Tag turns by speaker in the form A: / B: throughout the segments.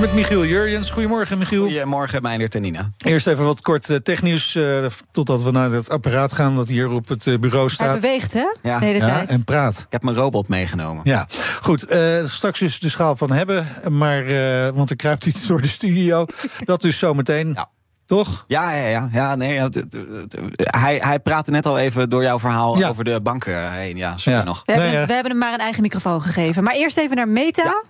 A: Met Michiel Jurjens. Goedemorgen, Michiel.
B: Goedemorgen, Meijnert en Nina.
A: Eerst even wat kort eh, technieuws. eh, totdat we naar het apparaat gaan dat hier op het eh, bureau
C: Hij
A: staat.
C: beweegt, hè?
B: Ja.
C: De hele
A: Ja,
C: tijd.
A: en praat.
B: Ik heb mijn robot meegenomen.
A: Ja, goed. eh, straks dus de schaal van hebben. Maar, eh, want er kruipt iets door de studio. Dat dus zometeen.
B: Ja.
A: Toch?
B: Ja, ja, ja. ja nee, ja, het- het- het- hij, hij praatte net al even door jouw verhaal
A: Ja.
B: over de banken heen. Ja, sorry
A: Ja.
B: nog.
C: We, hebben,
A: Nee, ja.
C: we hebben hem maar een eigen microfoon gegeven. Maar eerst even naar Meta.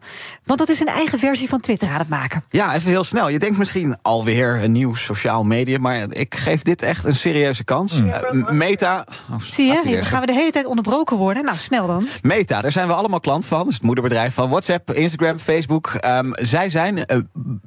C: Want dat is een eigen versie van Twitter aan het maken.
B: Ja, even heel snel. Je denkt misschien alweer een nieuw sociaal medium, maar ik geef dit echt een serieuze kans.
A: Mm.
B: Eh, m- Meta. Oh,
C: Zie
B: gaat
C: je?
B: hij
C: Hier
B: weer.
C: gaan we de hele tijd onderbroken worden. Nou, snel dan.
B: Meta, daar zijn we allemaal klant van. Dat is het moederbedrijf van WhatsApp, Instagram, Facebook. Ehm, zij zijn eh,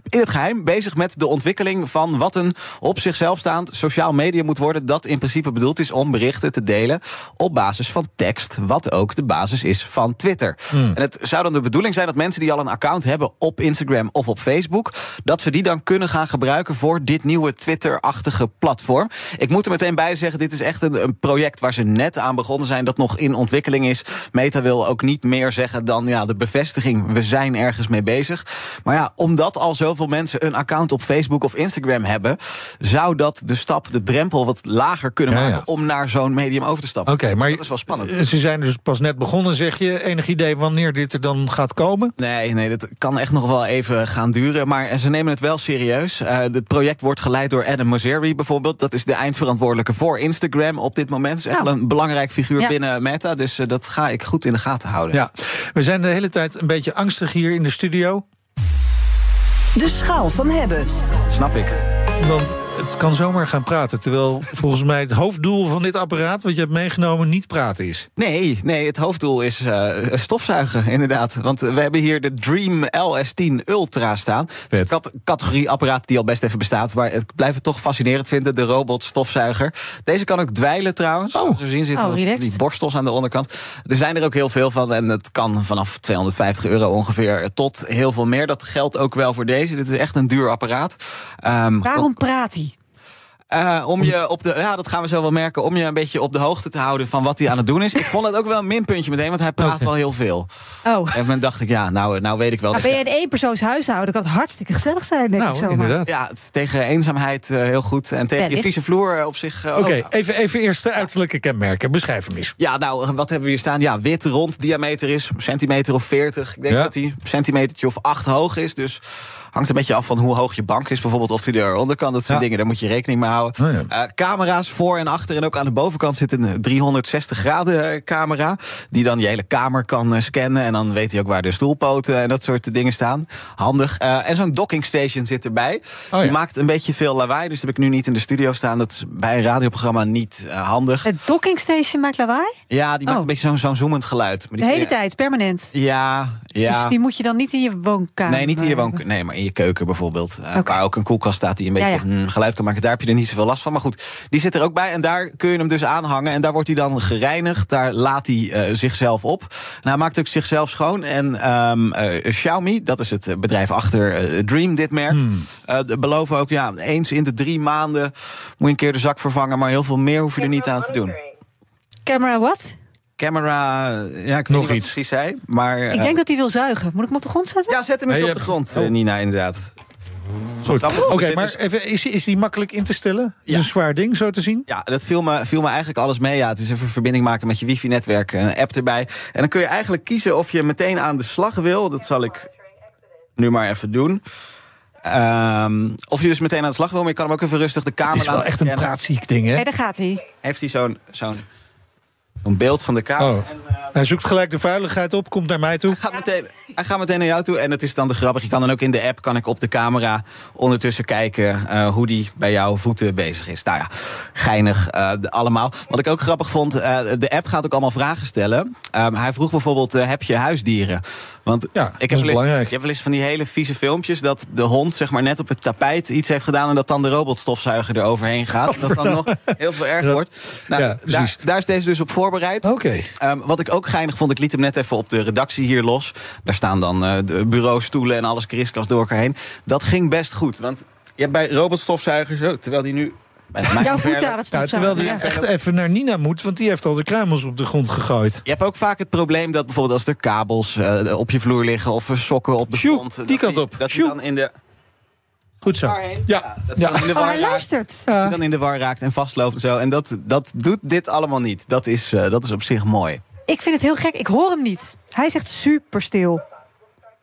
B: in het geheim bezig met de ontwikkeling van wat een op zichzelf staand sociaal medium moet worden. Dat in principe bedoeld is om berichten te delen op basis van tekst. Wat ook de basis is van Twitter. En het zou dan de bedoeling zijn dat mensen die al een account hebben op Instagram of op Facebook, dat ze die dan kunnen gaan gebruiken voor dit nieuwe Twitter-achtige platform. Ik moet er meteen bij zeggen, dit is echt een, een project waar ze net aan begonnen zijn, dat nog in ontwikkeling is. Meta wil ook niet meer zeggen dan ja, de bevestiging, we zijn ergens mee bezig. Maar ja, omdat al zoveel mensen een account op Facebook of Instagram hebben, zou dat de stap, de drempel wat lager kunnen
A: Ja,
B: maken
A: ja.
B: om naar zo'n medium over te stappen.
A: Oké, maar
B: dat is wel spannend.
A: eh, Ze zijn dus pas net begonnen, zeg je. Enig idee wanneer dit er dan gaat komen?
B: Nee, nee, dat kan echt nog wel even gaan duren. Maar eh, ze nemen het wel serieus. Eh, het project wordt geleid door Adam Mosseri bijvoorbeeld. Dat is de eindverantwoordelijke voor Instagram op dit moment. Is echt
C: Nou.
B: wel een belangrijk figuur
C: Ja.
B: binnen Meta. Dus eh, dat ga ik goed in de gaten houden.
A: Ja. We zijn de hele tijd een beetje angstig hier in de studio.
D: De schaal van hebben.
B: Snap ik.
A: Want het kan zomaar gaan praten. Terwijl volgens mij het hoofddoel van dit apparaat, wat je hebt meegenomen, niet praten is.
B: Nee, nee, het hoofddoel is eh, stofzuigen, inderdaad. Want eh, we hebben hier de Dream LS10 Ultra staan. Het is een kat- categorie apparaat die al best even bestaat. Maar ik blijf het toch fascinerend vinden, de robot stofzuiger. Deze kan ook dwijlen trouwens. Oh, zo zien zitten
C: Oh,
B: wat-
C: relaxed.
B: die borstels aan de onderkant. Er zijn er ook heel veel van. En het kan vanaf 250 euro ongeveer tot heel veel meer. Dat geldt ook wel voor deze. Dit is echt een duur apparaat. Ehm,
C: Waarom praat hij?
B: eh, om je op de, ja, dat gaan we zo wel merken. Om je een beetje op de hoogte te houden van wat hij aan het doen is. Ik vond het ook wel een minpuntje meteen, want hij praat wel heel veel.
C: Oh.
B: En dan dacht ik, ja, nou, nou weet ik wel.
C: Nou,
B: dat-
C: ben je een eenpersoons huishouden? Kan het hartstikke gezellig zijn, denk ik
A: nou,
C: zomaar.
A: inderdaad.
B: Ja, het is tegen eenzaamheid eh, heel goed. En tegen je
C: Wellicht.
B: vieze vloer eh, op zich. eh, ook.
A: Oké, even, even eerst de uiterlijke kenmerken. Beschrijf hem eens.
B: Ja, nou, wat hebben we hier staan? Ja, wit rond, diameter is een centimeter of 40. Ik denk
A: Ja.
B: dat hij een centimetertje of 8 hoog is. Dus hangt een beetje af van hoe hoog je bank is. Bijvoorbeeld of die eronder kan. Dat zijn
A: Ja.
B: dingen, daar moet je rekening mee houden.
A: Oh ja.
B: Eh, camera's voor en achter. En ook aan de bovenkant zit een 360 graden eh, camera. Die dan je hele kamer kan eh, scannen. En dan weet hij ook waar de stoelpoten en dat soort dingen staan. Handig. Eh, en zo'n docking station zit erbij.
A: Oh, ja.
B: Die maakt een beetje veel lawaai. Dus dat heb ik nu niet in de studio staan. Dat is bij een radioprogramma niet eh, handig.
C: Het dockingstation maakt lawaai?
B: Ja, die maakt
C: Oh.
B: een beetje zo'n zo'n zoemend geluid. Maar
C: De
B: die-
C: hele
B: ja,
C: tijd, permanent.
B: Ja, ja.
C: Dus die moet je dan niet in je woonkamer...
B: Nee, niet in je woonkamer. Nee, maar in je keuken bijvoorbeeld. Eh,
C: Oké.
B: Waar ook een koelkast staat die een beetje
C: Ja, ja.
B: mm, geluid kan maken. Daar heb je er niet zoveel last van. Maar goed, die zit er ook bij. En daar kun je hem dus aanhangen. En daar wordt hij dan gereinigd. Daar laat hij eh, zichzelf op. En hij maakt ook zichzelf schoon. En ehm, eh, Xiaomi, dat is het eh, bedrijf achter eh, Dream, dit merk. eh, de- beloven ook, ja, eens in de drie maanden moet je een keer de zak vervangen. Maar heel veel meer hoef je er niet aan te doen.
C: Camera wat?
B: Camera, eh, ja, ik weet
A: Nog
B: niet wat
A: iets.
B: precies zei. Maar, eh,
C: Ik denk dat hij wil zuigen. Moet ik hem op de grond zetten?
B: Ja, zet hem eens
A: Nee,
B: op de
A: je
B: grond,
A: hebt-
B: eh, Nina, inderdaad.
A: Goed.
B: dat-
A: Oké,
B: dus-
A: maar even, is, is die makkelijk in te stellen? Is
B: Ja.
A: een zwaar ding zo te zien?
B: Ja, dat viel me, viel me eigenlijk alles mee. Ja, het is even verbinding maken met je wifi-netwerk, een app erbij. En dan kun je eigenlijk kiezen of je meteen aan de slag wil. Dat zal ik nu maar even doen. Ehm, of je dus meteen aan de slag wil, maar je kan hem ook even rustig de kamer
A: Het is wel
B: laten
A: echt een
B: scannen.
A: praatziek ding, hè?
C: Nee, daar gaat hij.
B: Heeft hij zo'n zo'n zo'n beeld van de kamer?
A: Oh.
B: En, eh,
A: Hij zoekt gelijk de veiligheid op, komt naar mij toe.
B: Hij gaat, meteen, hij gaat meteen naar jou toe en dat is dan de grappig. Je kan dan ook in de app kan ik op de camera ondertussen kijken eh, hoe die bij jouw voeten bezig is. Nou ja, geinig eh, de- allemaal. Wat ik ook grappig vond, eh, de app gaat ook allemaal vragen stellen. Ehm, hij vroeg bijvoorbeeld, eh, heb je huisdieren? Want
A: Ja, dat is
B: ik heb wel eens,
A: belangrijk.
B: je hebt wel eens van die hele vieze filmpjes dat de hond zeg maar net op het tapijt iets heeft gedaan en dat dan de robotstofzuiger er overheen gaat. Dat dan nog heel veel erger
A: Dat-
B: wordt. Nou,
A: ja,
B: daar,
A: precies.
B: daar is deze dus op voorbereid.
A: Oké. Nou,
B: Ehm, wat ik ook geinig vond, ik liet hem net even op de redactie hier los. Daar staan dan eh, de bureaustoelen en alles kriskast door elkaar heen. Dat ging best goed, want je hebt bij robotstofzuigers ook, terwijl die nu... bij mij
C: Jouw
B: verder-
C: voeten aan het
A: Ja, terwijl
C: stofzuigen.
A: die
C: Ja.
A: echt even naar Nina moet, want die heeft al de kruimels op de grond gegooid.
B: Je hebt ook vaak het probleem dat bijvoorbeeld als er kabels eh, op je vloer liggen of er sokken op de
A: Sjoe,
B: grond.
A: die
B: dat
A: kant op.
B: Dat je
A: Sjoe.
B: dan in de
A: Goed zo.
B: war heen.
A: Ja.
B: dat je
A: Ja.
B: dan in de
C: Oh,
B: war
C: hij
B: raakt.
C: luistert.
B: Dat je dan in de war raakt en vastloopt en zo. En dat, dat doet dit allemaal niet. Dat is, eh, dat is op zich mooi.
C: Ik vind het heel gek. Ik hoor hem niet. Hij zegt super stil.
B: Ja,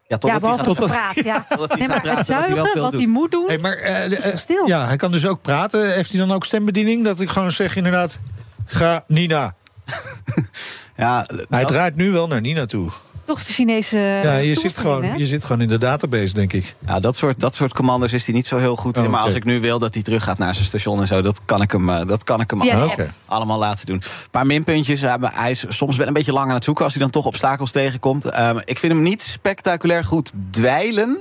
C: Ja,
B: totdat hij
C: behalve
B: gaat,
C: dat hij praat. Ja.
B: totdat hij gaat
C: Nee, maar
B: praten. dat
C: het
B: hij wel
C: zuigen,
B: veel
C: wat
B: doet.
C: hij moet doen.
A: Hey, maar, eh, de- eh,
C: stil.
A: Ja, hij kan dus ook praten. Heeft hij dan ook stembediening? Dat ik gewoon zeg inderdaad, ga Nina. Nou,
B: Ja,
A: Hij
B: dat-
A: draait nu wel naar Nina toe.
C: Toch de Chinese.
A: Ja, je
C: toestemming,
A: zit, gewoon,
C: hè?
A: je zit gewoon in de database, denk ik.
B: Ja, dat soort, dat soort commando's is hij niet zo heel goed in.
A: Oh,
B: Maar
A: oké.
B: als ik nu wil dat hij terug gaat naar zijn station en zo, dat kan ik hem, eh, dat kan ik hem
C: Ja,
B: allemaal-
C: de app.
A: Oké.
B: allemaal laten doen. Een paar minpuntjes. eh, maar Hij is soms wel een beetje langer aan het zoeken als hij dan toch obstakels tegenkomt. Ehm, ik vind hem niet spectaculair goed dweilen.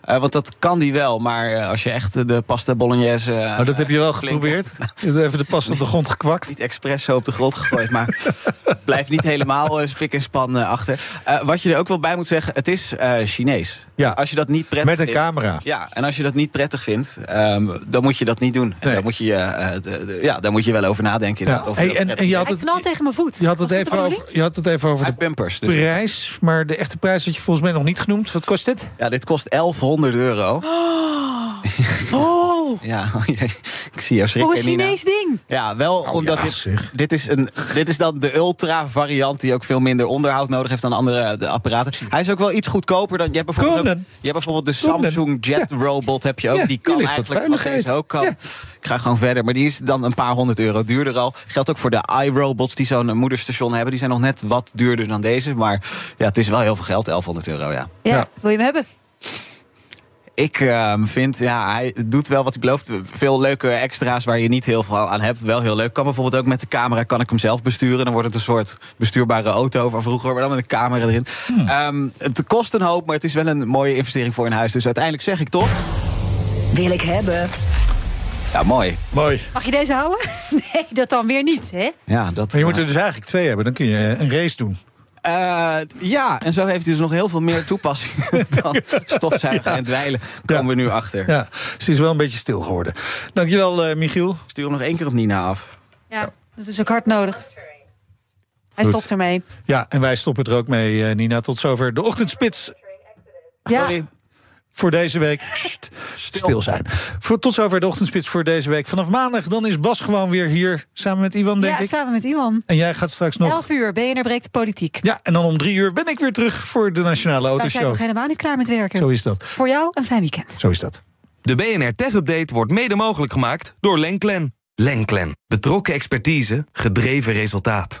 B: eh, want dat kan hij wel. Maar eh, als je echt eh, de pasta bolognese. eh,
A: Maar Oh, dat heb je wel
B: flink-
A: geprobeerd. Even de pas op de grond gekwakt.
B: niet expres zo op de grond gegooid, maar blijft niet helemaal eh, spik en span eh, achter. Eh, wat je er ook wel bij moet zeggen, het is eh, Chinees.
A: Ja.
B: Als je dat niet prettig
A: Met een
B: vindt-
A: camera.
B: ja, en als je dat niet prettig vindt, ehm, dan moet je dat niet doen. En
A: Nee.
B: dan moet je, eh, eh, de- de- ja, daar moet je wel over nadenken.
A: Ja.
B: inderdaad, of je
A: Hey,
B: dat
A: en,
B: prettig
A: en je, had
C: Hij
A: het,
C: knalt tegen mijn voet.
A: je, had het
C: Was dat de
A: even
C: bedoeling?
A: over, je had het even over
B: vindt.
A: de
B: Hij heeft bumpers. dus-
A: prijs. Maar de echte prijs had je volgens mij nog niet genoemd. Wat kost dit?
B: Ja, dit kost 1100 euro.
C: Oh,
B: Ja, ik zie jou schrikken,
C: oh, een
B: Nina.
C: Chinees ding.
B: Ja, wel omdat
A: Oh, ja,
B: dit,
A: zeg.
B: dit, is een, dit is dan de ultra variant die ook veel minder onderhoud nodig heeft dan andere eh, de apparaten. Hij is ook wel iets goedkoper dan je hebt bijvoorbeeld, ook-
A: Conan.
B: je hebt bijvoorbeeld de
A: Conan.
B: Samsung Jet Robot heb je ook.
A: Ja,
B: die
A: die
B: kan
A: ligt wat
B: eigenlijk wat
A: veiligheid.
B: deze ook kan.
A: Ja.
B: Ik ga gewoon verder, maar die is dan een paar honderd euro duurder al. Geldt ook voor de iRobots die zo'n eh, moederstation hebben. Die zijn nog net wat duurder dan deze, maar ja, het is wel heel veel geld, 1100 euro, ja.
C: Ja,
A: Ja.
C: wil je hem hebben?
B: Ik ehm, vind, ja, hij doet wel wat hij belooft. Veel leuke extra's waar je niet heel veel aan hebt. Wel heel leuk. Kan bijvoorbeeld ook met de camera, kan ik hem zelf besturen. Dan wordt het een soort bestuurbare auto van vroeger, maar dan met een camera erin.
A: Hmm.
B: Ehm, het kost een hoop, maar het is wel een mooie investering voor een huis. Dus uiteindelijk zeg ik toch,
D: Wil ik hebben.
B: ja, mooi.
A: Mooi.
C: Mag je deze houden? Nee, dat dan weer niet, hè?
B: Ja, dat,
A: Maar je moet dus- er
B: eh,
A: dus eigenlijk twee hebben. Dan kun je eh, een race doen.
B: eh, ja, en zo heeft hij dus nog heel veel meer toepassingen dan stofzuigen en dweilen. Komen
A: Ja.
B: we nu achter.
A: Ja, ze is wel een beetje stil geworden. Dankjewel, eh Michiel.
B: Stuur hem nog één keer op Nina af.
C: Ja, dat is ook hard nodig. Hij
A: Goed.
C: stopt ermee.
A: Ja, en wij stoppen er ook mee, eh, Nina. Tot zover de ochtendspits
C: Ja,
B: Sorry.
A: voor deze week. Sst, stil zijn. Voor, tot zover de ochtendspits voor deze week. Vanaf maandag dan is Bas gewoon weer hier samen met Iwan, denk
C: ja
A: ik.
C: samen met Iwan.
A: En jij gaat straks nog.
C: 11 uur, BNR breekt politiek.
A: Ja, en dan om drie uur ben ik weer terug voor de Nationale
C: Wij zijn nog
A: Autoshow.
C: helemaal niet klaar met werken.
A: Zo is dat.
C: Voor jou een fijn weekend.
A: Zo is dat.
E: De BNR Tech Update wordt mede mogelijk gemaakt door Lenklen. Lenklen. Betrokken expertise, gedreven resultaat.